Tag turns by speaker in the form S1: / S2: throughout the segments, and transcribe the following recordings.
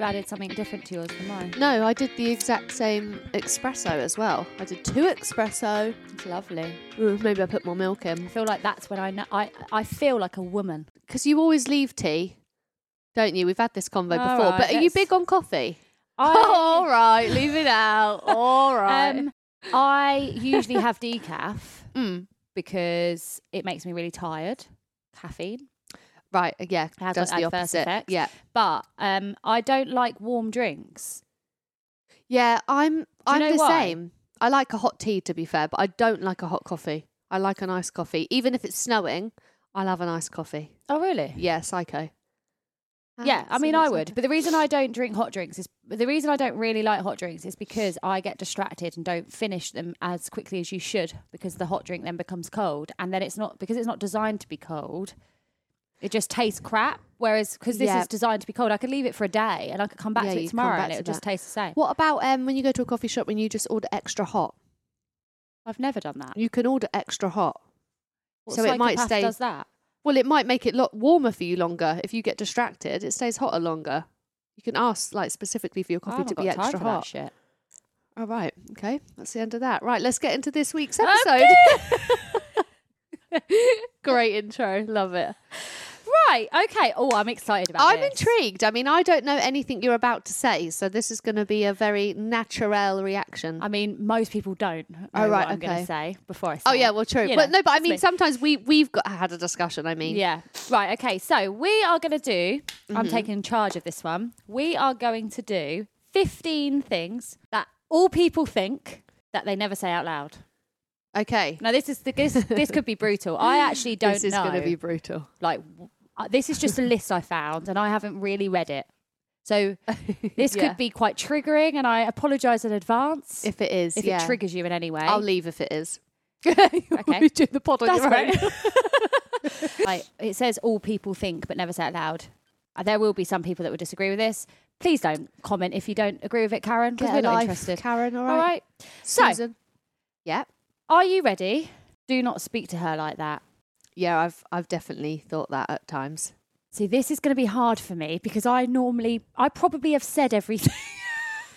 S1: added something different to yours than mine.
S2: No, I did the exact same espresso as well. I did two espresso.
S1: It's lovely.
S2: Ooh, maybe I put more milk
S1: I
S2: in
S1: feel like that's when I know I, I feel like a woman.
S2: because you always leave tea, don't you? We've had this convo
S1: All
S2: before.
S1: right,
S2: but are you
S1: let's- Oh,
S2: big on coffee?
S1: I,
S2: right, leave it out. All
S1: um, I usually have decaf
S2: Mm,
S1: because it makes me really tired. Caffeine.
S2: right, uh, yeah,
S1: has
S2: does
S1: got
S2: the
S1: adverse
S2: opposite.
S1: effects.
S2: Yeah,
S1: But um, I don't like warm drinks.
S2: yeah. I'm I'm
S1: know
S2: the
S1: why?
S2: same. I like a hot tea, to be fair, but I don't like a hot coffee. I like an iced coffee, even if it's snowing. I'll have an iced coffee.
S1: Oh really?
S2: Yeah, psycho.
S1: Yeah, I mean,
S2: Absolute
S1: I would.
S2: psycho.
S1: But the reason I don't drink hot drinks is the reason I don't really like hot drinks is because I get distracted and don't finish them as quickly as you should because the hot drink then becomes cold. And then it's not because it's not designed to be cold, it just tastes crap. Whereas because this
S2: Yeah.
S1: is designed to be cold, I could leave it for a day and I could come back
S2: Yeah,
S1: to it
S2: you come
S1: tomorrow
S2: back
S1: and
S2: to
S1: it'll just
S2: that.
S1: taste the same.
S2: What about um, when you go to a coffee shop when you just order extra hot?
S1: I've never done that.
S2: You can order extra hot.
S1: What
S2: so it might
S1: psychopath
S2: stay-
S1: Does that?
S2: Well, it might make it lot warmer for you longer if you get distracted. It stays hotter longer. You can ask like specifically for your
S1: I
S2: coffee
S1: haven't
S2: to
S1: got
S2: be
S1: time
S2: extra
S1: for that
S2: hot.
S1: shit.
S2: All right. Okay. That's the end of that. Right. Let's get into this week's episode. Great intro. Love it.
S1: Right. Okay. Oh, I'm excited about.
S2: I'm
S1: this.
S2: intrigued. I mean, I don't know anything you're about to say, so this is going to be a very natural reaction.
S1: I mean, most people don't. Know
S2: Oh, right,
S1: What I'm going
S2: okay.
S1: to say before I. Say
S2: oh yeah,
S1: it.
S2: well true.
S1: You
S2: But
S1: know,
S2: no, but I
S1: it's
S2: mean,
S1: me.
S2: sometimes we we've got had a discussion. I mean, Mm-hmm.
S1: Yeah. Right. Okay. So we are going to do, I'm taking charge of this one. We are going to do 15 things that all people think that they never say out loud.
S2: Okay.
S1: Now, this is the, this, this could be brutal. I actually don't
S2: this is
S1: know.
S2: going to be brutal.
S1: like, w- uh, this is just a list I found and I haven't really read it. So this
S2: Yeah.
S1: could be quite triggering and I apologize in advance if,
S2: If it eh? is,
S1: it
S2: yeah.
S1: triggers you in any way.
S2: I'll leave if it is.
S1: Okay.
S2: We do the pod on
S1: That's
S2: your own.
S1: like it says all people think but never say it loud. Uh, There will be some people that will disagree with this. Please don't comment if you don't agree with it, Karen, because
S2: Get
S1: we're
S2: a
S1: not
S2: life,
S1: interested.
S2: Karen. All right.
S1: All right. So,
S2: Susan. Yeah.
S1: are you ready? Do not speak to her like that.
S2: Yeah. I've I've definitely thought that at times.
S1: See, this is going to be hard for me because I normally, I probably have said everything.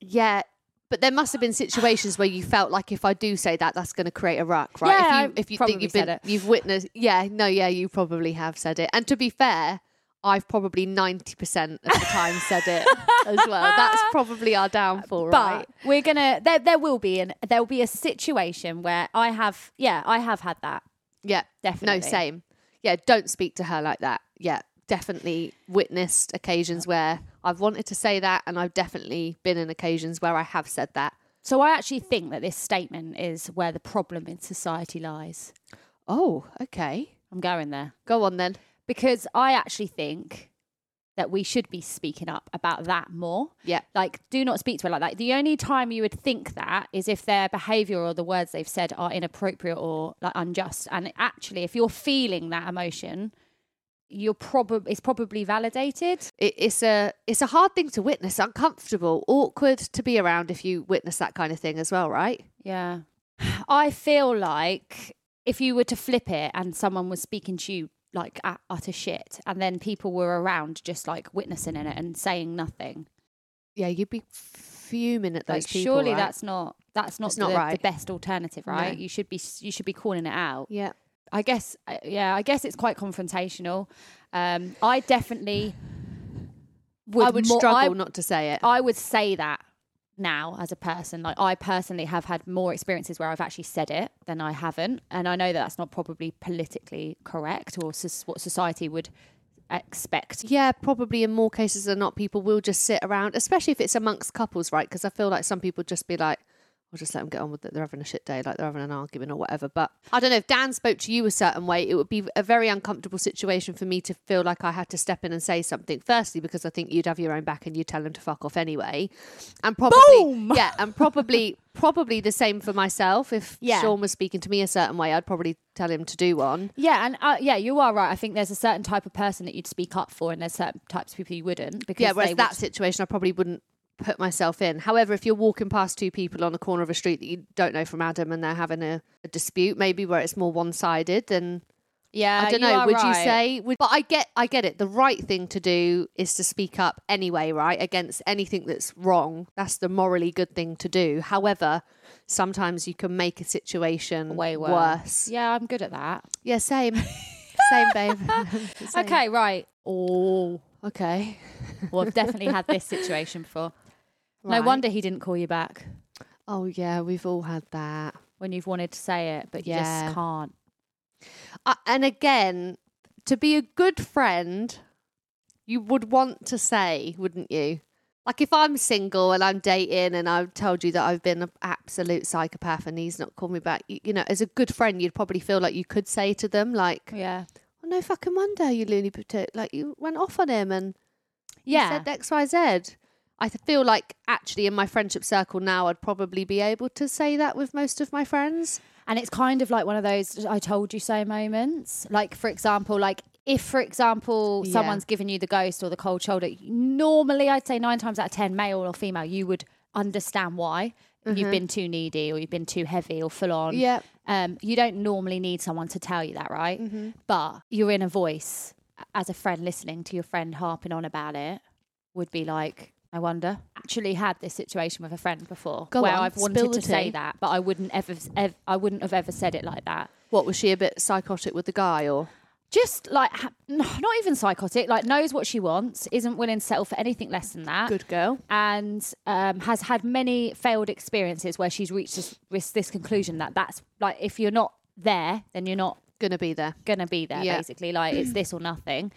S2: Yeah. But there must have been situations where you felt like if I do say that, that's going to create a ruck, right?
S1: Yeah,
S2: if you,
S1: I
S2: if you think
S1: probably
S2: you've
S1: said
S2: been, you've witnessed, yeah, no, yeah, you probably have said it. And to be fair, I've probably ninety percent of the time said it as well. That's probably our downfall, right?
S1: But we're gonna. There, there will be an. There will be a situation where I have. Yeah, I have had that.
S2: Yeah,
S1: Definitely.
S2: No, same. Yeah, don't speak to her like that. Yeah, definitely witnessed occasions where I've wanted to say that, and I've definitely been in occasions where I have said that.
S1: So I actually think that this statement is where the problem in society lies.
S2: Oh, okay.
S1: I'm going there.
S2: Go on then.
S1: because I actually think that we should be speaking up about that more.
S2: Yeah.
S1: Like, do not speak to her like that. The only time you would think that is if their behavior or the words they've said are inappropriate or like unjust. And actually, if you're feeling that emotion, you're probably it's probably validated.
S2: It, it's a it's a hard thing to witness, uncomfortable, awkward to be around if you witness that kind of thing as well, right?
S1: Yeah. I feel like if you were to flip it and someone was speaking to you like ut- utter shit, and then people were around just like witnessing in it and saying nothing,
S2: Yeah, you'd be fuming at those
S1: like
S2: people.
S1: surely
S2: right?
S1: that's not that's not,
S2: It's not
S1: the, the
S2: right.
S1: best alternative right
S2: No.
S1: you should be you should be calling it out
S2: yeah.
S1: i guess I- yeah i guess it's quite confrontational um i definitely would
S2: I would
S1: more-
S2: struggle
S1: I,
S2: not to say it.
S1: I would say that now as a person like i personally have had more experiences where i've actually said it than i haven't and i know that that's not probably politically correct or sus- what society would expect
S2: Yeah, probably in more cases than not, people will just sit around, especially if it's amongst couples, right? Because I feel like some people just be like, "I'll just let them get on with it. They're having a shit day, like they're having an argument or whatever." But I don't know if Dan spoke to you a certain way, it would be a very uncomfortable situation for me to feel like I had to step in and say something. Firstly, because I think you'd have your own back and you'd tell them to fuck off anyway, and probably
S1: Boom!
S2: yeah, and probably probably the same for myself. If
S1: Yeah.
S2: Sean was speaking to me a certain way, I'd probably tell him to do one.
S1: Yeah, and uh, yeah, you are right. I think there's a certain type of person that you'd speak up for, and there's certain types of people you wouldn't. Because
S2: Yeah,
S1: they
S2: whereas
S1: would-
S2: that situation, I probably wouldn't put myself in. However, if you're walking past two people on the corner of a street that you don't know from Adam and they're having a, a dispute, maybe where it's more one sided, then
S1: Yeah,
S2: I don't
S1: Uh, you
S2: know.
S1: are
S2: Would you
S1: right.
S2: say? Would, but I get, I get it. The right thing to do is to speak up anyway, right? Against anything that's wrong. That's the morally good thing to do. However, sometimes you can make a situation
S1: way worse?
S2: worse.
S1: Yeah, I'm good at that.
S2: Yeah, same, same, babe. Same.
S1: Okay, right. Oh,
S2: okay.
S1: well, I've definitely had this situation before. No
S2: Right.
S1: wonder he didn't call you back
S2: Oh yeah, we've all had that.
S1: when you've wanted to say it, but you
S2: Yeah.
S1: just can't.
S2: Uh, and again, to be a good friend, you would want to say, wouldn't you? Like if I'm single and I'm dating and I've told you that I've been an absolute psychopath and he's not called me back, you, you know, as a good friend, you'd probably feel like you could say to them, like,
S1: Yeah,
S2: oh, no fucking wonder you loony potato, like you went off on him and
S1: yeah.
S2: he said X, Y, Z. I th- feel like actually in my friendship circle now, I'd probably be able to say that with most of my friends.
S1: And it's kind of like one of those I told you so moments. Like, for example, like if, for example,
S2: Yeah.
S1: someone's given you the ghost or the cold shoulder, normally I'd say nine times out of 10, male or female, you would understand why. You've been too needy or you've been too heavy or full on.
S2: Mm-hmm. Yeah.
S1: Um, you don't normally need someone to tell you that, right? But your inner voice as a friend listening to your friend harping on about it would be like, I wonder. Actually, had this situation with a friend before
S2: Go
S1: where
S2: on,
S1: I've
S2: spill
S1: wanted
S2: the
S1: to say
S2: tea.
S1: that, but I wouldn't ever, ev- I wouldn't have ever said it like that.
S2: What was she a bit psychotic with the guy or?
S1: Just like ha- n- not even psychotic, like knows what she wants, isn't willing to settle for anything less than that,
S2: Good girl.
S1: and um, has had many failed experiences where she's reached this, this, this conclusion that that's like if you're not there, then you're not
S2: Gonna be there.
S1: gonna be there
S2: Yeah.
S1: basically like it's this or nothing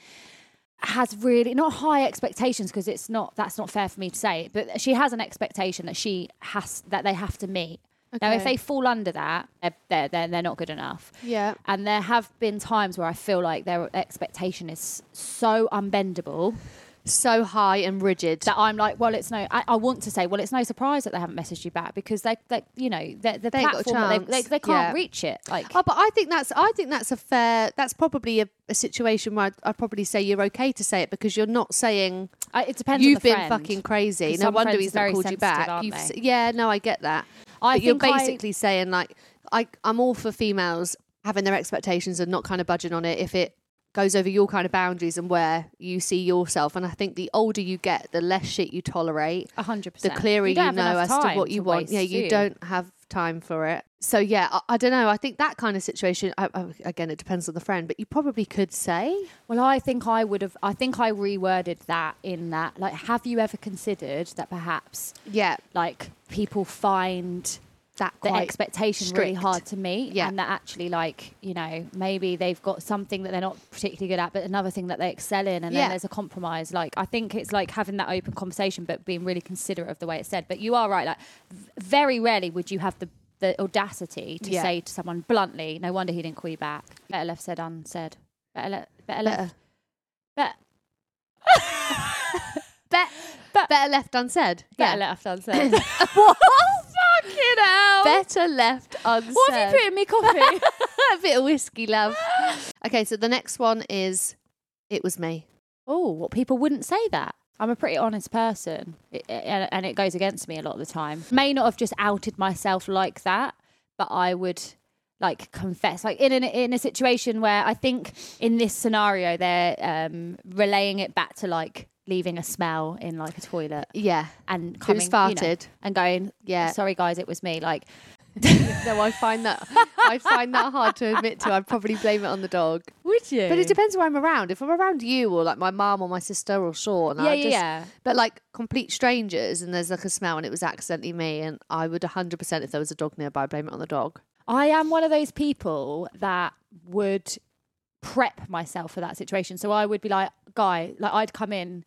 S1: has really not high expectations because it's not that's not fair for me to say but she has an expectation that she has that they have to meet now if
S2: Okay.
S1: they fall under that they're, they're, they're, they're not good enough
S2: Yeah.
S1: and there have been times where i feel like their expectation is so unbendable
S2: So high and rigid.
S1: that i'm like well it's no i, I want to say well it's no surprise that they haven't messaged you back because they, they you know the the
S2: They ain't got a
S1: platform that they, they,
S2: chance.
S1: they can't
S2: Yeah.
S1: reach it like
S2: oh, but I think that's I think that's a fair. That's probably a, a situation where I'd, I'd probably say you're okay to say it because you're not saying
S1: I- it depends on
S2: you've
S1: the
S2: been
S1: friend.
S2: fucking crazy.
S1: 'Cause
S2: No
S1: some
S2: wonder
S1: friends
S2: he's
S1: are
S2: not
S1: very
S2: called you
S1: sensitive,
S2: back.
S1: aren't
S2: You've, s-
S1: they?
S2: yeah, no, I get that.
S1: I
S2: But you're
S1: think I-
S2: basically saying like I I'm all for females having their expectations and not kind of budging on it if it goes over your kind of boundaries and where you see yourself. And I think the older you get, the less shit you tolerate.
S1: A hundred
S2: the
S1: percent.
S2: clearer you,
S1: don't have
S2: know as
S1: enough
S2: to
S1: time
S2: what you want.
S1: waste,
S2: Yeah, you
S1: do
S2: don't have time for it. So yeah, I, I don't know. I think that kind of situation. I, I, again, it depends on the friend, but you probably could say
S1: Well, I think I would have. I think I reworded that in that. Like, have you ever considered that perhaps
S2: yeah
S1: like people find
S2: that
S1: the
S2: quite
S1: expectation really
S2: strict.
S1: hard to meet,
S2: Yeah.
S1: and that actually like you know maybe they've got something that they're not particularly good at, but another thing that they excel in, and
S2: Yeah.
S1: then there's a compromise. Like, I think it's like having that open conversation, but being really considerate of the way it's said. But you are right. Like, v- very rarely would you have the the audacity to
S2: Yeah.
S1: say to someone bluntly, "No wonder he didn't call you back." Better left said unsaid. Better left. Better left
S2: better,
S1: Bet.
S2: bet,
S1: Bet-
S2: better left unsaid.
S1: Better
S2: yeah.
S1: left unsaid.
S2: what?
S1: Fucking hell.
S2: Better left unsaid.
S1: What have you put in me coffee?
S2: a bit of whiskey, love. okay, so the next one is it was me.
S1: oh, what people wouldn't say that. I'm a pretty honest person, it, it- and and it goes against me a lot of the time. May not have just outed myself like that, but I would like confess, like in an, in a situation where I think in this scenario they're um, relaying it back to like leaving a smell in like a toilet
S2: Yeah,
S1: and coming,
S2: who's
S1: you know,
S2: farted?
S1: and going,
S2: Yeah.
S1: sorry guys, it was me. Like
S2: no, I find that I find that hard to admit to. I'd probably blame it on the dog.
S1: would you?
S2: But it depends who I'm around. If I'm around you or like my mum or my sister or Sean,
S1: Yeah,
S2: I
S1: yeah,
S2: just,
S1: yeah.
S2: But like complete strangers and there's like a smell and it was accidentally me and I would 100% if there was a dog nearby blame it on the dog.
S1: I am one of those people that would prep myself for that situation. So I would be like, guy, like I'd come in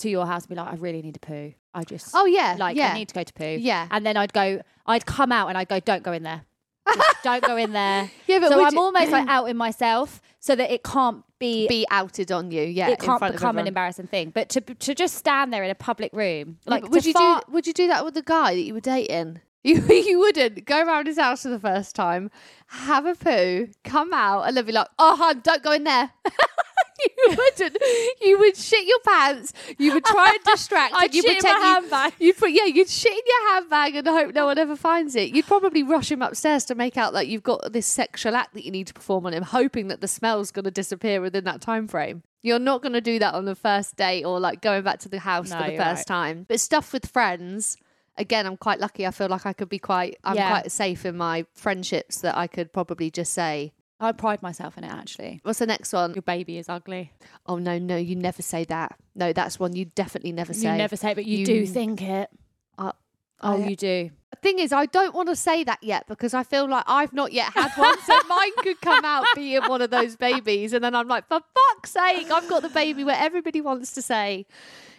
S1: to your house and be like, I really need to poo. I just,
S2: Oh yeah,
S1: like,
S2: yeah.
S1: I need to go to poo.
S2: Yeah.
S1: And then I'd go, I'd come out and I'd go, don't go in there. Just don't go in there.
S2: yeah, but
S1: so
S2: would
S1: I'm
S2: you-
S1: almost like out in myself so that it can't be,
S2: be outed on you. Yeah,
S1: it
S2: in
S1: can't become
S2: front of
S1: an
S2: everyone.
S1: embarrassing thing. But to, to just stand there in a public room, like,
S2: Like, would
S1: to
S2: you
S1: fart-
S2: do? Would you do that with the guy that you were dating? You, you wouldn't go around his house for the first time, have a poo, come out, and then be like, "Oh, hon, don't go in there." you wouldn't. You would shit your pants. You would try and distract.
S1: I'd
S2: and you
S1: shit in my
S2: you-
S1: handbag.
S2: You'd put yeah, you'd shit in your handbag and hope no one ever finds it. You'd probably rush him upstairs to make out that you've got this sexual act that you need to perform on him, hoping that the smell's going to disappear within that time frame. You're not going to do that on the first date or like going back to the house
S1: No,
S2: for the
S1: you're
S2: first
S1: right.
S2: time. But stuff with friends. Again, I'm quite lucky. I feel like I could be quite, I'm
S1: Yeah.
S2: quite safe in my friendships that I could probably just say,
S1: I pride myself in it actually.
S2: what's the next one?
S1: Your baby is ugly.
S2: Oh no, no, you never say that. No, that's one you definitely never say.
S1: You never say, it, but you,
S2: You-
S1: do think it.
S2: Uh,
S1: oh,
S2: I-
S1: you do.
S2: Thing is, I don't want to say that yet because I feel like I've not yet had one, so mine could come out being one of those babies, and then I'm like, for fuck's sake, I've got the baby where everybody wants to say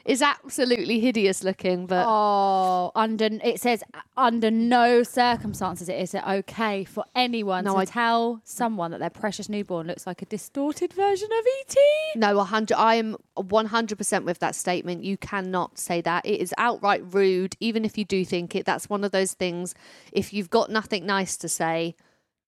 S2: is absolutely hideous looking, but
S1: Oh, under it says uh, under no circumstances is it okay for anyone
S2: No,
S1: to
S2: I-
S1: tell someone that their precious newborn looks like a distorted version of E ET.
S2: No, 100. I am 100% with that statement. You cannot say that. It is outright rude, even if you do think it. That's one of those things. If you've got nothing nice to say,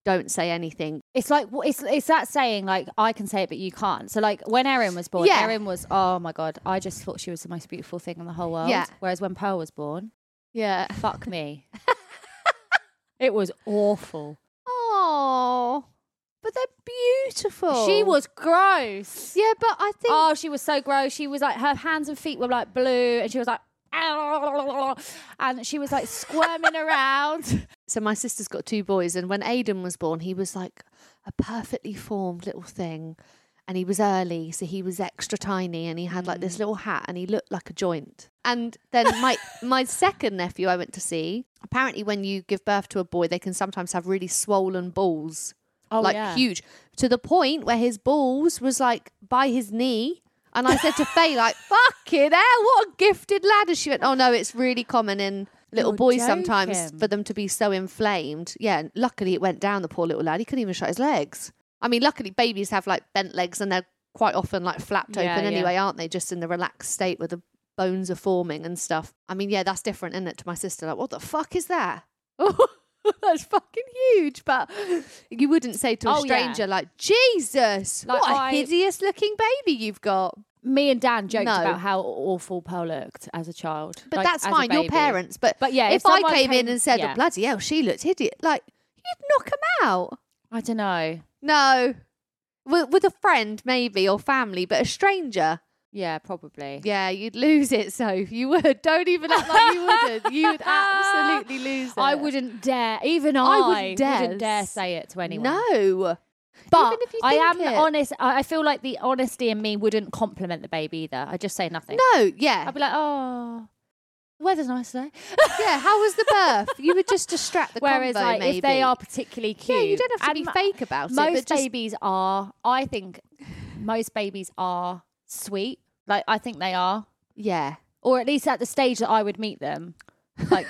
S2: don't say anything.
S1: It's like wh- it's it's that saying like I can say it but you can't. So like when Erin was born,
S2: Yeah.
S1: Erin was oh my god, I just thought she was the most beautiful thing in the whole world.
S2: Yeah.
S1: Whereas when Pearl was born,
S2: Yeah.
S1: fuck me, it was awful.
S2: Oh, but they're beautiful.
S1: She was gross.
S2: Yeah, but I think.
S1: Oh, she was so gross. She was like her hands and feet were like blue, and she was like, and she was like squirming around.
S2: So my sister's got two boys, and when Aiden was born, he was like a perfectly formed little thing. And he was early, so he was extra tiny, and he had like this little hat, and he looked like a joint. And then my my second nephew, I went to see. Apparently, when you give birth to a boy, they can sometimes have really swollen balls,
S1: Oh,
S2: like huge, to the point where his balls was like by his knee. And I said to Faye, like, "Fucking hell, what a gifted lad!" And she went, "Oh no, it's really common in little
S1: You're
S2: boys sometimes
S1: joking.
S2: for them to be so inflamed. Yeah, and luckily it went down the poor little lad. He couldn't even shut his legs. I mean, luckily babies have like bent legs and they're quite often like flapped
S1: Yeah,
S2: open
S1: yeah.
S2: anyway, aren't they? Just in the relaxed state where the bones are forming and stuff. I mean, yeah, that's different, isn't it? To my sister, like, what the fuck is that? that's fucking huge. But you wouldn't say to a
S1: Oh, yeah.
S2: stranger, like, Jesus,
S1: Like,
S2: what a
S1: I-
S2: hideous looking baby you've got.
S1: Me and Dan joked
S2: No.
S1: about how awful Pearl looked as a child.
S2: But
S1: like,
S2: that's
S1: as a
S2: fine, your
S1: baby.
S2: parents. But,
S1: But yeah,
S2: if,
S1: if
S2: I
S1: someone
S2: came, in
S1: came-
S2: and said,
S1: yeah.
S2: oh, bloody hell, she looked hideous, like, you'd knock 'em out.
S1: I don't know.
S2: No. With, with a friend, maybe, or family, but a stranger.
S1: Yeah, probably.
S2: Yeah, you'd lose it, So You would. Don't even act like you wouldn't. You would absolutely lose it.
S1: I wouldn't dare. Even I,
S2: wouldn't dare.
S1: wouldn't dare say it to anyone.
S2: No.
S1: but
S2: Even if you
S1: I am
S2: think it.
S1: honest. I I feel like the honesty in me wouldn't compliment the baby either. I just say nothing.
S2: No, yeah.
S1: I'd be like, oh, the weather's nice today.
S2: Yeah, how was the birth? You would just distract the
S1: Whereas,
S2: convo,
S1: like,
S2: maybe.
S1: if they are particularly cute,
S2: Yeah, you don't have to
S1: and
S2: be
S1: mo-
S2: fake about it,
S1: Most
S2: but just
S1: babies are. I think most babies are sweet. Like, I think they are,
S2: yeah.
S1: or at least at the stage that I would meet them, like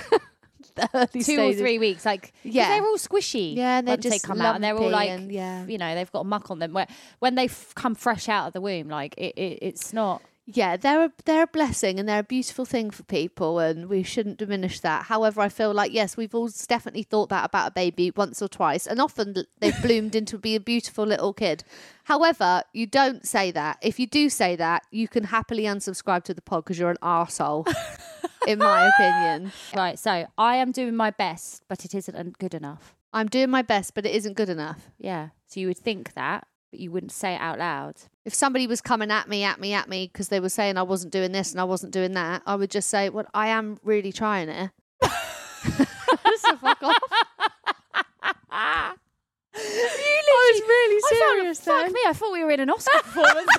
S2: The early
S1: two or
S2: stages.
S1: three weeks. Like, 'cause
S2: Yeah.
S1: they're all squishy.
S2: Yeah, and they're
S1: once they
S2: just
S1: come out, and they're all
S2: lumpy
S1: like,
S2: and- yeah.
S1: you know, they've got muck on them. Where when they f- come fresh out of the womb, like it, it it's not.
S2: yeah, they're a, they're a blessing and they're a beautiful thing for people, and we shouldn't diminish that. However, I feel like yes, we've all definitely thought that about a baby once or twice, and often l- they've bloomed into be a beautiful little kid. However, you don't say that. If you do say that, you can happily unsubscribe to the pod because you're an arsehole, in my opinion.
S1: Right. So I am doing my best, but it isn't un- good enough.
S2: I'm doing my best, but it isn't good enough.
S1: Yeah. So you would think that, but you wouldn't say it out loud.
S2: If somebody was coming at me, at me, at me, because they were saying I wasn't doing this and I wasn't doing that, I would just say, "Well, I am really trying it." so fuck off.
S1: you literally,
S2: really
S1: I found, fuck me, I thought we were in an Oscar performance.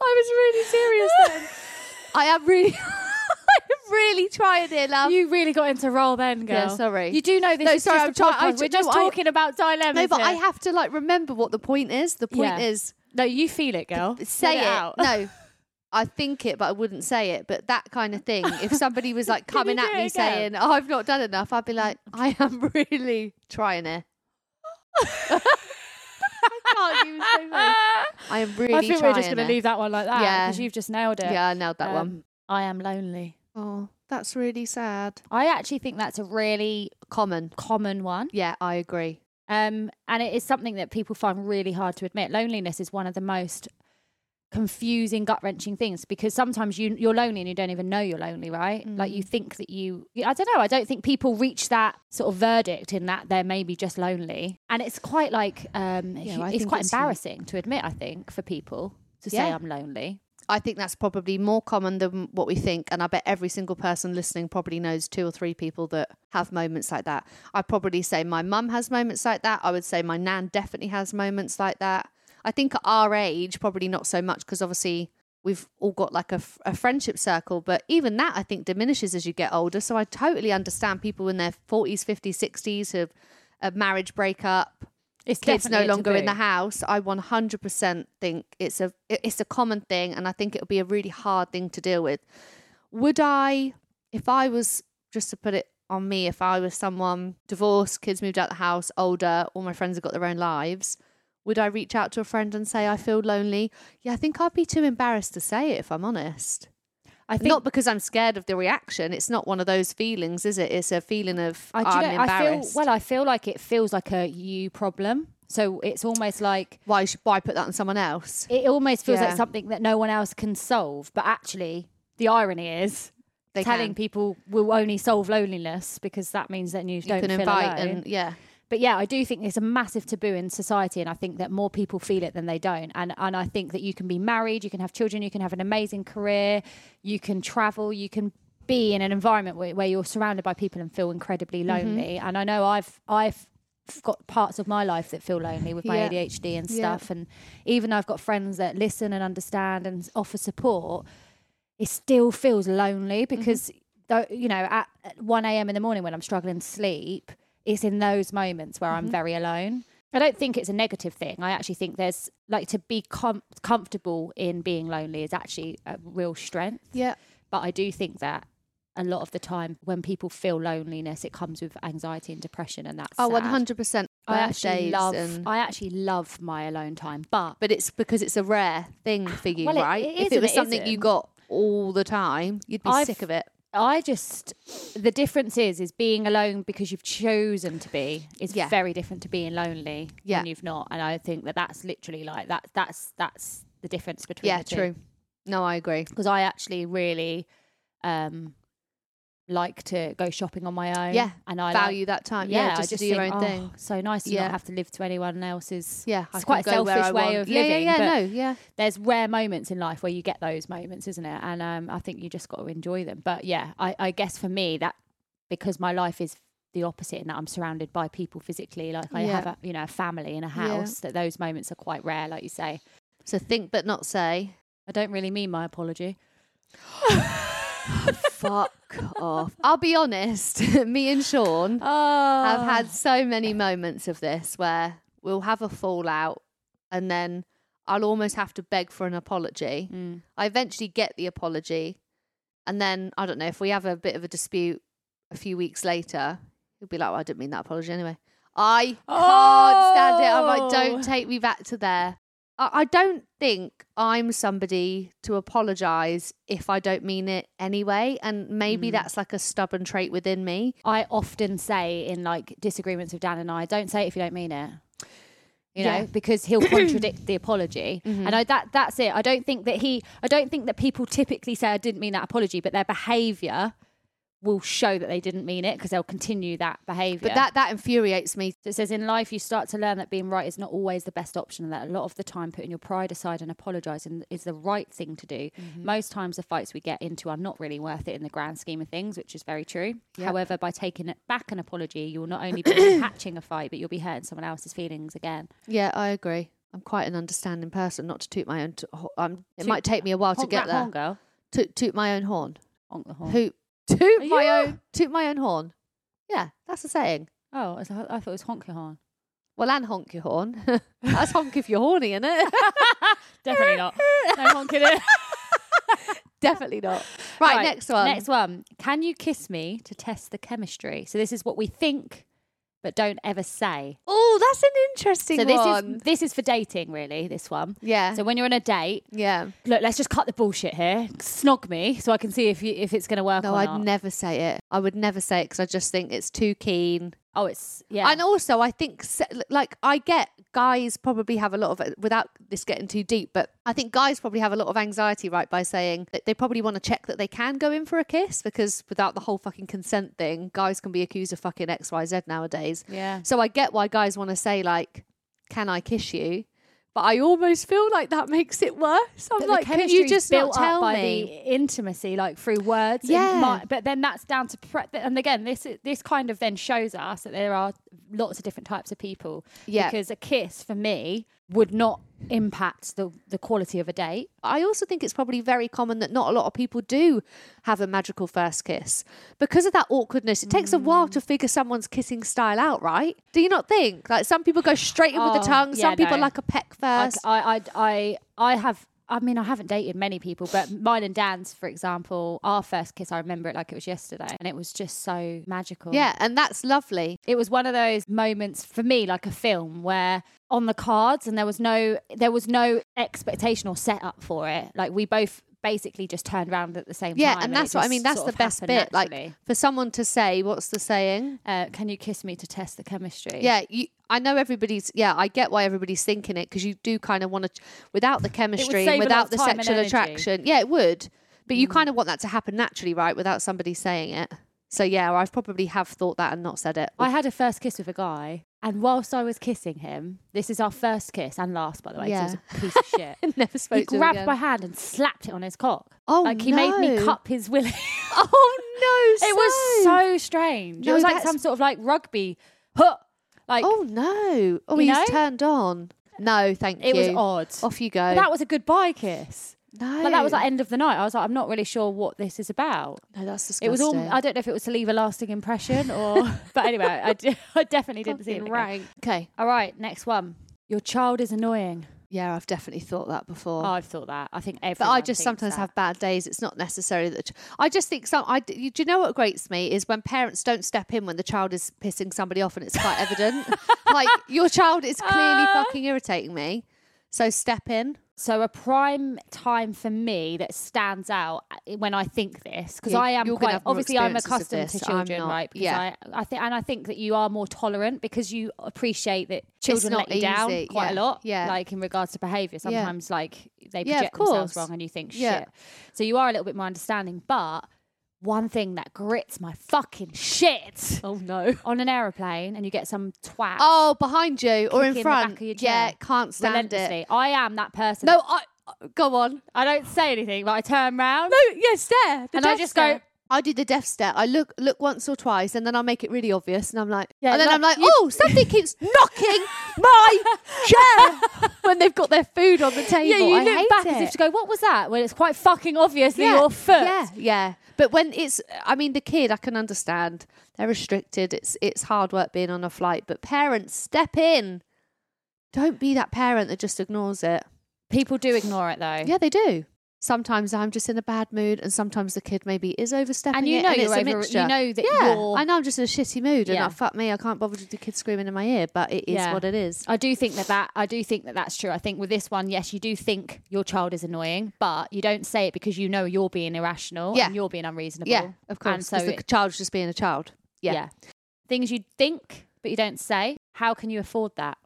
S2: I was really serious then. I am really, I'm really trying it, love.
S1: you really got into role then, girl.
S2: Yeah, sorry.
S1: You do know this.
S2: No,
S1: is
S2: sorry,
S1: just
S2: I'm
S1: a
S2: trying- I
S1: podcast.
S2: ju-
S1: We're just
S2: no, I-
S1: talking about dilemmas.
S2: no, but I
S1: here.
S2: have to like remember what the point is. The
S1: Yeah.
S2: point is
S1: no. You feel it, girl.
S2: say
S1: Let
S2: it.
S1: it. out.
S2: No, I think it, but I wouldn't say it. But that kind of thing. If somebody was like
S1: Can you
S2: coming at
S1: do
S2: me
S1: it
S2: saying,
S1: again?
S2: "Oh, I've not done enough," I'd be like, "I am really trying it." I can't even say that. I am really
S1: I think
S2: trying
S1: we're just going
S2: it.
S1: to leave that one like that
S2: Yeah.
S1: because you've just nailed it.
S2: Yeah, I nailed that one.
S1: Um, I am lonely.
S2: Oh, that's really sad.
S1: I actually think that's a really
S2: Common.
S1: common one.
S2: Yeah, I agree.
S1: Um, and it is something that people find really hard to admit. Loneliness is one of the most confusing, gut wrenching things because sometimes you you're lonely and you don't even know you're lonely, right? Like
S2: Mm.
S1: you think that you I don't know, I don't think people reach that sort of verdict in that they're maybe just lonely. And it's quite like um
S2: Yeah,
S1: hu-
S2: I
S1: it's
S2: think
S1: quite
S2: it's hu-
S1: embarrassing to admit, I think, for people to say
S2: Yeah.
S1: I'm lonely.
S2: I think that's probably more common than what we think. And I bet every single person listening probably knows two or three people that have moments like that. I'd probably say my mum has moments like that. I would say my nan definitely has moments like that. I think at our age, probably not so much because obviously we've all got like a, f- a friendship circle. But even that, I think, diminishes as you get older. So I totally understand people in their 40s, 50s, 60s who have a marriage breakup
S1: It's
S2: kids no
S1: definitely a
S2: longer in the
S1: taboo.
S2: house i 100% think it's a it- it's a common thing and i think it'll be a really hard thing to deal with would i if i was just to put it on me if i was someone divorced kids moved out the house older all my friends have got their own lives would i reach out to a friend and say i feel lonely yeah i think i'd be too embarrassed to say it if i'm honest
S1: I think
S2: not because i'm scared of the reaction it's not one of those feelings is it it's a feeling of I,
S1: I, do you
S2: am
S1: know, I feel
S2: embarrassed
S1: well. I feel like it feels like a you problem. So it's almost like
S2: why should why put that on someone else
S1: it almost feels
S2: Yeah.
S1: like something that no one else can solve. But actually, the irony is
S2: they
S1: telling
S2: can.
S1: people will only solve loneliness because that means then you, don't
S2: you can
S1: feel
S2: invite
S1: alone.
S2: and yeah
S1: But yeah, I do think it's a massive taboo in society, and I think that more people feel it than they don't. And and I think that you can be married, you can have children, you can have an amazing career, you can travel, you can be in an environment where, where you're surrounded by people and feel incredibly
S2: Mm-hmm.
S1: lonely. And I know I've I've got parts of my life that feel lonely with my
S2: Yeah.
S1: ADHD and
S2: Yeah.
S1: stuff, and even though I've got friends that listen and understand and offer support, it still feels lonely
S2: Mm-hmm.
S1: because though you know at at 1 a.m in the morning when i'm struggling to sleep it's in those moments where
S2: Mm-hmm.
S1: i'm very alone i don't think it's a negative thing i actually think there's like to be com- comfortable in being lonely is actually a real strength
S2: yeah
S1: but i do think that a lot of the time when people feel loneliness it comes with anxiety and depression and that's
S2: oh
S1: sad.
S2: 100%
S1: i actually
S2: birthdays
S1: love
S2: and-
S1: i actually love my alone time but
S2: but it's because it's a rare thing for you
S1: Well, it-
S2: right
S1: it is
S2: if it
S1: and
S2: was
S1: it
S2: something you
S1: isn't.
S2: got all the time you'd be
S1: I've-
S2: sick of it
S1: I just the difference is is being alone because you've chosen to be is
S2: Yeah.
S1: very different to being lonely
S2: Yeah.
S1: when you've not, and I think that that's literally like that that's that's the difference between
S2: yeah true no i agree
S1: because I actually really um like to go shopping on my own
S2: Yeah,
S1: and I
S2: value
S1: like,
S2: that time yeah, just,
S1: I
S2: to do your
S1: think,
S2: own
S1: "Oh,
S2: thing
S1: so nice to
S2: Yeah.
S1: not have to live to anyone else's
S2: yeah
S1: it's quite a
S2: can go where
S1: selfish
S2: I
S1: way
S2: want.
S1: of
S2: yeah,
S1: living,
S2: yeah yeah
S1: but-
S2: no yeah
S1: there's rare moments in life where you get those moments, isn't it? And um, I think you just got to enjoy them. But yeah, I, I guess for me that because my life is the opposite in that I'm surrounded by people physically, like I
S2: Yeah.
S1: have a, you know a family and a house, that those moments are quite rare, like you say.
S2: so think but not say
S1: I don't really mean my apology.
S2: fuck off i'll be honest me and sean
S1: Oh,
S2: I've had so many moments of this where we'll have a fallout and then I'll almost have to beg for an apology.
S1: Mm.
S2: I eventually get the apology. And then, I don't know, if we have a bit of a dispute a few weeks later, he'll be like, well, I didn't mean that apology anyway. I can't stand it. I'm like,
S1: Oh.
S2: don't take me back to there. I, I don't think I'm somebody to apologize if I don't mean it anyway. And
S1: Mm.
S2: maybe that's like a stubborn trait within me.
S1: I often say in like disagreements with Dan and I, don't say it if you don't mean it. You know,
S2: Yeah. Mm-hmm.
S1: because he'll contradict the apology, and I, that that's it. I don't think that he, I don't think that people typically say I didn't mean that apology, but their behaviour will show that they didn't mean it because they'll continue that behaviour.
S2: But that that infuriates me.
S1: So it says in life you start to learn that being right is not always the best option and that a lot of the time putting your pride aside and apologizing is the right thing to do most times the fights we get into are not really worth it in the grand scheme of things which is very true however by taking it back an apology you'll not only be hatching a fight but you'll be hurting someone else's feelings again
S2: Yeah, I agree. I'm quite an understanding person. Not to toot my own. T- ho- um, it
S1: Toot-
S2: might take me a while to
S1: Honk that
S2: get there.
S1: horn, girl
S2: Toot, toot my own horn.
S1: Honk the horn.
S2: Hoot, toot my
S1: Yeah.
S2: own. Toot my own horn. Yeah, that's the saying.
S1: oh I thought I thought it was honk your horn
S2: Well, and honk your horn. that's honk if you're horny, isn't it?
S1: definitely not no honking it
S2: Definitely not. Right, next one.
S1: Next one. Can you kiss me to test the chemistry? So this is what we think but don't ever say.
S2: Oh, that's an interesting
S1: So this
S2: one.
S1: is this is for dating, really. This one.
S2: yeah.
S1: So when you're on a date,
S2: yeah.
S1: look, let's just cut the bullshit here. Snog me so I can see if you, if it's going to work.
S2: No,
S1: or
S2: I'd
S1: not.
S2: never say it. I would never say it because I just think it's too keen.
S1: Oh, it's yeah.
S2: And also, I think, se- like, I get guys probably have a lot of, without this getting too deep, but I think guys probably have a lot of anxiety, right, by saying that they probably want to check that they can go in for a kiss because without the whole fucking consent thing, guys can be accused of fucking XYZ nowadays.
S1: Yeah.
S2: So I get why guys want to say, like, can I kiss you? But I almost feel like that makes it worse. I'm
S1: But the
S2: like, can you
S1: chemistry's
S2: just not
S1: built up
S2: tell
S1: by
S2: me?
S1: the intimacy, like through words? and
S2: Yeah.
S1: mi- but then that's down to prep. And again, this is- this kind of then shows us that there are lots of different types of people.
S2: Yeah.
S1: Because a kiss for me would not impact the the quality of a date.
S2: I also think it's probably very common that not a lot of people do have a magical first kiss because of that awkwardness. It takes a while
S1: Mm.
S2: to figure someone's kissing style out, right? Do you not think? Like some people go straight in with the
S1: Oh,
S2: tongue,
S1: yeah,
S2: some people
S1: no.
S2: like a peck
S1: Like,
S2: first.
S1: I I I I have. I mean, I haven't dated many people, but mine and Dan's, for example, our first kiss, I remember it like it was yesterday, and it was just so magical.
S2: yeah, and that's lovely.
S1: it was one of those moments for me like a film where on the cards and there was no there was no expectation or setup for it like we both basically just turned around at the same
S2: Yeah,
S1: time
S2: and
S1: it
S2: that's what I
S1: just
S2: mean. That's
S1: sort
S2: the
S1: of
S2: best
S1: happened
S2: bit. Like
S1: naturally.
S2: for someone to say, what's the saying?
S1: uh, can you kiss me to test the chemistry
S2: Yeah, you, I know everybody's. Yeah, I get why everybody's thinking it because you do kind of want to, without the chemistry,
S1: save
S2: and
S1: a lot
S2: without
S1: of
S2: the
S1: time and
S2: sexual
S1: energy. Mm.
S2: attraction. Yeah, it would, but you kind of want that to happen naturally, right? Without somebody saying it. So yeah, I've probably have thought that and not said it.
S1: i had a first kiss with a guy and whilst i was kissing him this is our first kiss and last by the way 'cause he was a piece of shit
S2: never spoke
S1: he
S2: to him
S1: grabbed
S2: again.
S1: my hand and slapped it on his cock
S2: Oh
S1: like he made me
S2: no.
S1: cup his willy
S2: Oh no!
S1: It was
S2: so.
S1: so strange.
S2: No,
S1: it was like
S2: that's-
S1: some sort of like rugby huh, Like
S2: Oh no! Oh,
S1: You
S2: he's
S1: know?
S2: turned on. No, thank
S1: it
S2: you.
S1: was odd.
S2: Off you go.
S1: But that was a goodbye kiss.
S2: no,
S1: But that was like end of the night. I was like, I'm not really sure what this is about.
S2: no, that's disgusting.
S1: It was all. I don't know if it was to leave a lasting impression or. but anyway, I, d- I definitely didn't see it.
S2: Fucking
S1: again.
S2: rank. Okay.
S1: All right, next one. Your child is annoying.
S2: Yeah, I've definitely thought that before.
S1: Oh, I've thought that. I think everyone.
S2: But I just
S1: thinks
S2: sometimes
S1: that.
S2: have bad days. It's not necessary that I just think some. I d- you- do you know what grates me is when parents don't step in when the child is pissing somebody off and it's quite evident. like your child is clearly
S1: Ah.
S2: fucking irritating me, so step in.
S1: So a prime time for me that stands out uh, when I think this because
S2: Yeah,
S1: I am
S2: you're gonna
S1: quite
S2: have more
S1: obviously I'm
S2: experiences of
S1: accustomed to
S2: this. I'm
S1: children,
S2: not-
S1: right? Because
S2: yeah.
S1: I, I think and I think that you are more tolerant because you appreciate that children
S2: not
S1: let you down
S2: easy,
S1: quite
S2: yeah,
S1: a lot.
S2: yeah.
S1: like in regards to behaviour, sometimes like they
S2: Yeah, of
S1: project themselves
S2: course.
S1: wrong, and you think shit.
S2: Yeah.
S1: So you are a little bit more understanding, but. One thing that grits my fucking shit
S2: Oh no!
S1: on an aeroplane, and you get some twat
S2: Oh, behind you or
S1: Kicking
S2: in
S1: the
S2: front?
S1: back of your
S2: Yeah,
S1: chair.
S2: can't stand it.
S1: relentlessly. I am that person.
S2: No, I uh, go on.
S1: I don't say anything, but I turn round.
S2: No, yeah, stare. The
S1: And I
S2: death
S1: just
S2: stare.
S1: go-
S2: I do the death stare. I look look once or twice, and then I make it really obvious, and I'm like,
S1: Yeah,
S2: and then
S1: like,
S2: I'm like,
S1: you-
S2: oh, something keeps knocking my chair when they've got their food on the table.
S1: Yeah, you
S2: I hate
S1: look back
S2: it.
S1: as if to go, what was that? When it's quite fucking obvious that
S2: yeah,
S1: your foot.
S2: Yeah, yeah. But when it's, I mean, the kid, I can understand. They're restricted. It's it's hard work being on a flight, but parents step in. Don't be that parent that just ignores it.
S1: People do ignore it though.
S2: Yeah, they do. Sometimes I'm just in a bad mood, and sometimes the kid maybe is overstepping.
S1: And you
S2: it,
S1: know
S2: and
S1: you're
S2: it's a
S1: over,
S2: mixture.
S1: you know that
S2: yeah,
S1: you're
S2: I know I'm just in a shitty mood, and
S1: Yeah.
S2: uh, fuck me, I can't bother with the kids screaming in my ear. But it is
S1: Yeah.
S2: what it is.
S1: I do think that that I do think that that's true. I think with this one, yes, you do think your child is annoying, but you don't say it because you know you're being irrational
S2: Yeah.
S1: and you're being unreasonable.
S2: Yeah, of
S1: And
S2: course.
S1: so
S2: Because the
S1: it-
S2: child's just being a child. Yeah.
S1: Things you think but you don't say. How can you afford that?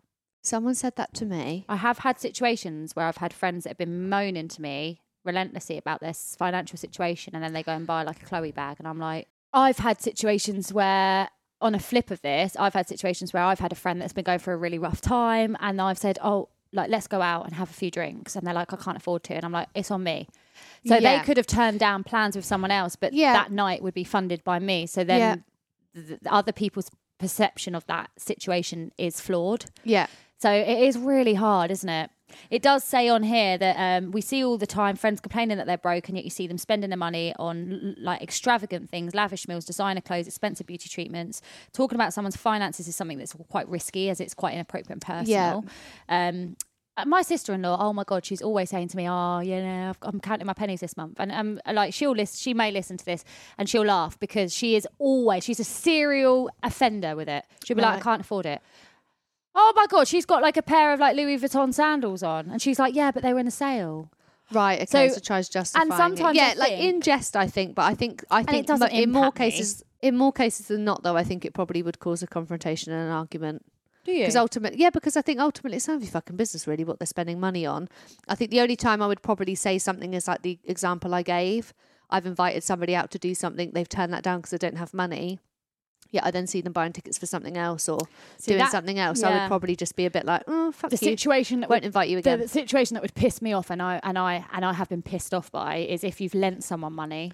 S2: Someone said that to me.
S1: I have had situations where I've had friends that have been moaning to me relentlessly about their s- financial situation, and then they go and buy like a Chloe bag, and I'm like, I've had situations where. On a flip of this, I've had situations where I've had a friend that's been going for a really rough time, and I've said, "Oh, like let's go out and have a few drinks," and they're like, "I can't afford to," and I'm like, "It's on me." So
S2: Yeah.
S1: they could have turned down plans with someone else, but
S2: Yeah.
S1: that night would be funded by me. So then th- the other people's perception of that situation is flawed.
S2: Yeah,
S1: So it is really hard, isn't it? It does say on here that um, we see all the time friends complaining that they're broke, and yet you see them spending their money on l- like extravagant things, lavish meals, designer clothes, expensive beauty treatments. Talking about someone's finances is something that's quite risky, as it's quite inappropriate and personal. Um, uh, my sister-in-law oh my god she's always saying to me oh you know I've, i'm counting my pennies this month and um, like she'll list she may listen to this and she'll laugh because she is always she's a serial offender with it she'll be like
S2: Right.
S1: i can't afford it oh my god she's got like a pair of like louis vuitton sandals on and she's like yeah but they were in a sale
S2: Right. Okay. So,
S1: So-
S2: tries justifying. it.
S1: sometimes
S2: yeah,
S1: I
S2: like in
S1: think-
S2: jest, I think, but I think I think
S1: doesn't
S2: mo- in more
S1: impact me.
S2: cases, in more cases than not, though, I think it probably would cause a confrontation and an argument.
S1: do you
S2: Because ultimately, yeah, because I think ultimately it's none of your fucking business really what they're spending money on. I think the only time I would probably say something is like the example I gave. I've invited somebody out to do something, they've turned that down because they don't have money. Yeah, I then see them buying tickets for something else or
S1: See,
S2: doing
S1: that-
S2: something else. I would
S1: yeah.
S2: probably just be a bit like, oh, fuck
S1: the
S2: you.
S1: situation that
S2: Won't invite you
S1: the,
S2: again.
S1: the situation that would piss me off and I and I and I have been pissed off by is if you've lent someone money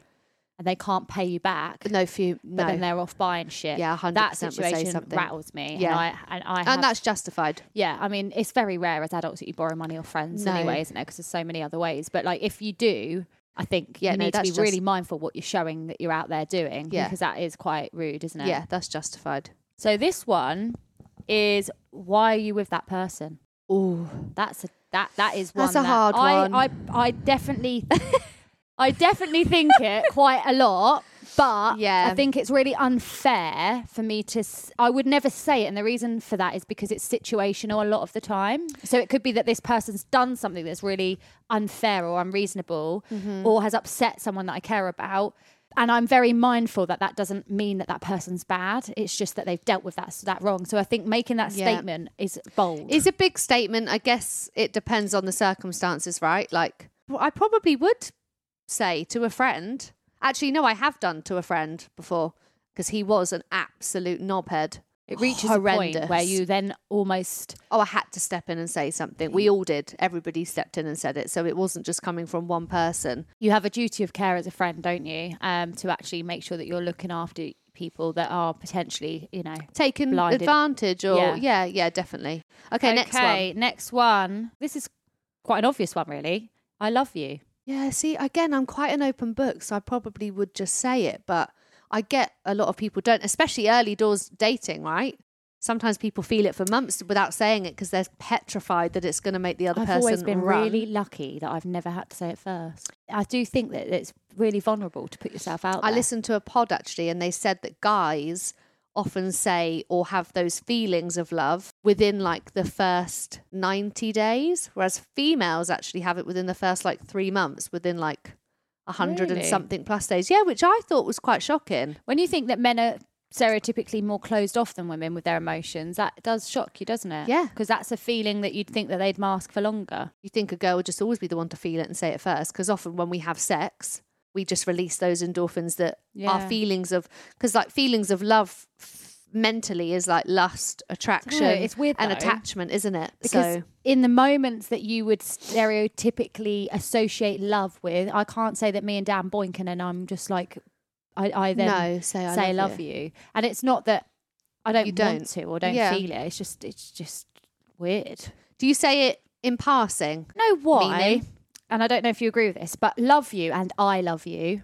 S1: and they can't pay you back
S2: no, few,
S1: but
S2: no.
S1: then they're off buying shit.
S2: Yeah, 100%
S1: that
S2: would say
S1: situation
S2: something.
S1: rattles me.
S2: Yeah.
S1: and I, and I have-
S2: And that's justified.
S1: yeah. I mean, it's very rare as adults that you borrow money off friends
S2: No.
S1: anyway, isn't it? Because there's so many other ways. But like, if you do, I think
S2: Yeah,
S1: you
S2: no,
S1: need to be
S2: that's
S1: really
S2: just-
S1: mindful what you're showing that you're out there doing.
S2: Yeah.
S1: because that is quite rude, isn't it?
S2: Yeah, that's justified.
S1: So this one is why are you with that person?
S2: Ooh.
S1: That's a that that is one.
S2: That's a
S1: that
S2: hard
S1: I,
S2: one.
S1: I I definitely I definitely think it quite a lot. But
S2: Yeah.
S1: I think it's really unfair for me to. S- I would never say it, and the reason for that is because it's situational a lot of the time. So it could be that this person's done something that's really unfair or unreasonable,
S2: Mm-hmm.
S1: or has upset someone that I care about, and I'm very mindful that that doesn't mean that that person's bad. It's just that they've dealt with that that wrong. So I think making that
S2: Yeah.
S1: statement is bold.
S2: It's a big statement. I guess it depends on the circumstances, right? Like, well, I probably would say to a friend, actually, no, I have done to a friend before because he was an absolute knobhead.
S1: it reaches a
S2: horrendous.
S1: Oh, point where you then almost
S2: Oh, I had to step in and say something. We all did. Everybody stepped in and said it. So it wasn't just coming from one person.
S1: you have a duty of care as a friend, don't you? Um, to actually make sure that you're looking after people that are potentially, you know.
S2: Taken
S1: Blinded.
S2: advantage or, yeah.
S1: Yeah.
S2: yeah, definitely. Okay, next one.
S1: next one. This is quite an obvious one, really. I love you.
S2: Yeah, see, again, I'm quite an open book, so I probably would just say it, but I get a lot of people don't, especially early doors dating, right? Sometimes people feel it for months without saying it because they're petrified that it's going to make the other
S1: I've
S2: person
S1: always been
S2: run.
S1: really lucky that I've never had to say it first. I do think that it's really vulnerable to put yourself out
S2: I
S1: there.
S2: listened to a pod actually, and they said that guys often say or have those feelings of love within like the first 90 days, whereas females actually have it within the first like three months, within like 100 and
S1: Really?
S2: something plus days. Yeah, which I thought was quite shocking.
S1: When you think that men are stereotypically more closed off than women with their emotions, that does shock you, doesn't it?
S2: Yeah.
S1: Because that's a feeling that you'd think that they'd mask for longer.
S2: you think a girl would just always be the one to feel it and say it first because often when we have sex we just release those endorphins that our
S1: Yeah.
S2: feelings of because like feelings of love f- mentally is like lust attraction
S1: it's weird
S2: and
S1: though.
S2: attachment isn't it
S1: Because
S2: so
S1: in the moments that you would stereotypically associate love with, I can't say that me and Dan Boynkin and I'm just like, I, I then
S2: no say I
S1: say I
S2: love,
S1: love you. And it's not that I don't,
S2: You don't.
S1: want to or don't
S2: Yeah.
S1: feel it. It's just, it's just weird.
S2: do you say it in passing
S1: Know why?
S2: Meaning?
S1: And I don't know if you agree with this, but love you and I love you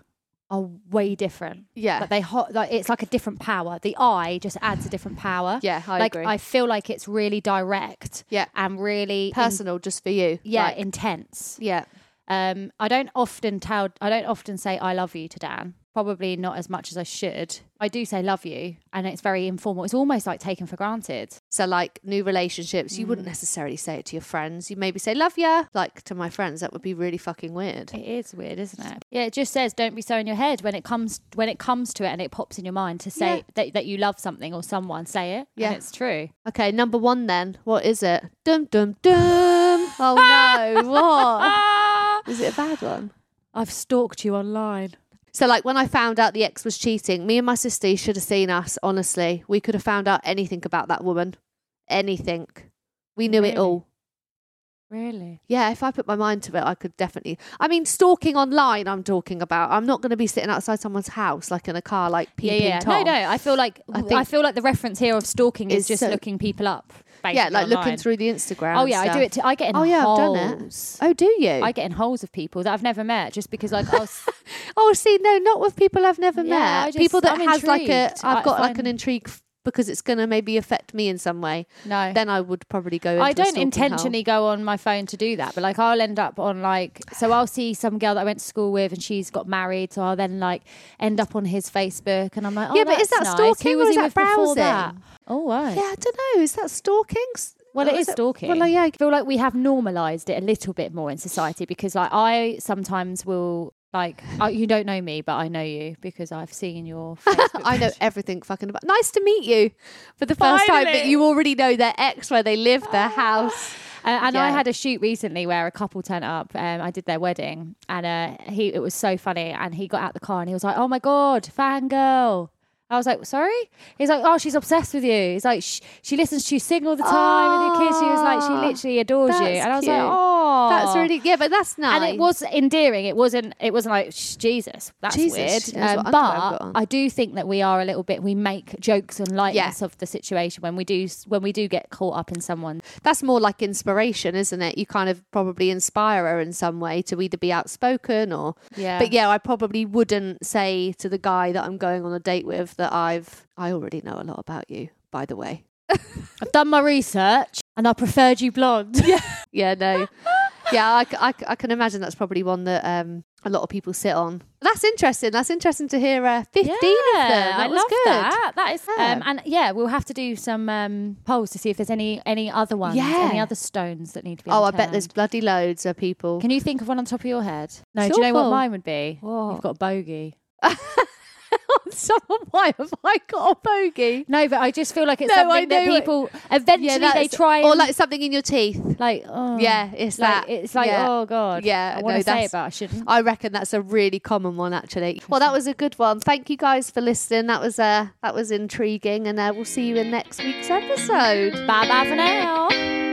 S1: are way different.
S2: yeah
S1: Like they hot, like it's like a different power. The I just adds a different power.
S2: yeah i
S1: like
S2: agree
S1: I feel like it's really direct.
S2: Yeah.
S1: and really in-
S2: personal just for you
S1: yeah
S2: like-
S1: intense
S2: yeah
S1: um i don't often tell i don't often say i love you to dan probably not as much as i should i do say love you and it's very informal it's almost like taken for granted
S2: so like new relationships you
S1: Mm.
S2: wouldn't necessarily say it to your friends you maybe say love ya like to my friends that would be really fucking weird
S1: it is weird isn't it yeah it just says don't be so in your head when it comes when it comes to it and it pops in your mind to say
S2: Yeah.
S1: that, that you love something or someone say it
S2: Yeah.
S1: and it's true
S2: Okay, number one then. What is it? Dum dum dum. Oh no, what?
S1: ah!
S2: Is it a bad one?
S1: i've stalked you online
S2: So like when I found out the ex was cheating, me and my sister you should have seen us, honestly. We could have found out anything about that woman. Anything. We knew it
S1: Really?
S2: all.
S1: really
S2: Yeah, if I put my mind to it, I could definitely. I mean, stalking online, I'm talking about. I'm not going to be sitting outside someone's house, like in a car, like peeping
S1: yeah yeah
S2: Tom.
S1: no no i feel like
S2: I
S1: I,
S2: think-
S1: feel like the reference here of stalking
S2: Is
S1: is just
S2: so-
S1: looking people up
S2: Yeah, like
S1: basically online.
S2: looking through the Instagram.
S1: Oh
S2: and
S1: yeah, I do
S2: stuff.
S1: it. Too. I get in
S2: Oh, yeah, I've
S1: holes.
S2: done it. Oh, do you?
S1: I get in holes of people that I've never met just because like I'll s-
S2: Oh, see, no, not with people I've never
S1: Yeah, I
S2: met.
S1: just-
S2: people that
S1: I'm
S2: has like a,
S1: intrigued.
S2: I've
S1: I
S2: got like an
S1: find-
S2: intrigue f- because it's going to maybe affect me in some way,
S1: No.
S2: then I would probably go. Into
S1: I
S2: a
S1: don't
S2: stalking
S1: intentionally go on my phone to do that, but like I'll end up on like so I'll see some girl that I went to school with and she's got married, so I'll then like end up on his Facebook and I'm like, oh,
S2: Yeah, but is
S1: that's
S2: that
S1: nice.
S2: stalking
S1: Who
S2: or
S1: was
S2: is
S1: he
S2: that
S1: with before
S2: browsing?
S1: that? Oh, right.
S2: hole. Yeah, I don't know. Is that stalking? S-
S1: Well,
S2: or
S1: it is stalking.
S2: Well, like, yeah,
S1: I feel like we have normalized it a little bit more in society because like I sometimes will like I, you don't know me, but I know you because I've seen your. Facebook
S2: I know
S1: page.
S2: everything fucking about. Nice to meet you for the first time, but
S1: Finally. Ah.
S2: you already know their ex, where they live, their house.
S1: Uh, and I
S2: Yeah.
S1: had a shoot recently where a couple turned up. Um, I did their wedding, and uh, he it was so funny. And he got out the car and he was like, "Oh my god, fangirl." I was like, sorry? He's like, oh, she's obsessed with you. He's like, she, she listens to you sing all the time with your kids. She was like,
S2: Aw,
S1: she literally adores you.
S2: that's
S1: And I was like,
S2: cute.
S1: oh.
S2: That's really yeah, but that's nice.
S1: and it was endearing. It wasn't. It wasn't like "Shh, Jesus. That's
S2: Jesus, she
S1: weird.
S2: knows
S1: Um,
S2: what underwear I've got
S1: but
S2: on.
S1: I do think that we are a little bit. We make jokes and lightness of the situation when we do when we do get caught up in someone.
S2: that's more like inspiration, isn't it? You kind of probably inspire her in some way to either be outspoken or.
S1: Yeah.
S2: But yeah, I probably wouldn't say to the guy that I'm going on a date with that I've. I already know a lot about you, by the way.
S1: I've done my research and I preferred you blonde.
S2: Yeah, no. yeah, I, c- I c- I can imagine that's probably one that um, a lot of people sit on. That's interesting. That's interesting to hear uh, 15 of them. That
S1: I
S2: was
S1: love
S2: good.
S1: that. That is,
S2: Yeah.
S1: um, and yeah, we'll have to do some um, polls to see if there's any any other ones,
S2: Yeah.
S1: any other stones that need to be.
S2: Oh, I bet there's
S1: unturned.
S2: bloody loads of people.
S1: Can you think of one on top of your head? No.
S2: It's
S1: do you know what
S2: awful.
S1: mine would be?
S2: What?
S1: You've got a bogey.
S2: Someone, why have I got a bogey?
S1: No, but I just feel like it's
S2: No, I
S1: something that
S2: know it.
S1: people eventually they
S2: that's-
S1: try
S2: Or
S1: and,
S2: like something in your teeth.
S1: like oh,
S2: Yeah, it's
S1: like
S2: that.
S1: it's like
S2: yeah.
S1: oh god
S2: Yeah,
S1: I want
S2: no,
S1: to say
S2: that's-
S1: it but I shouldn't.
S2: I reckon that's a really common one, actually. Well, that was a good one. Thank you guys for listening. That was uh, that was intriguing, and uh, we'll see you in next week's episode.
S1: Bye bye for now.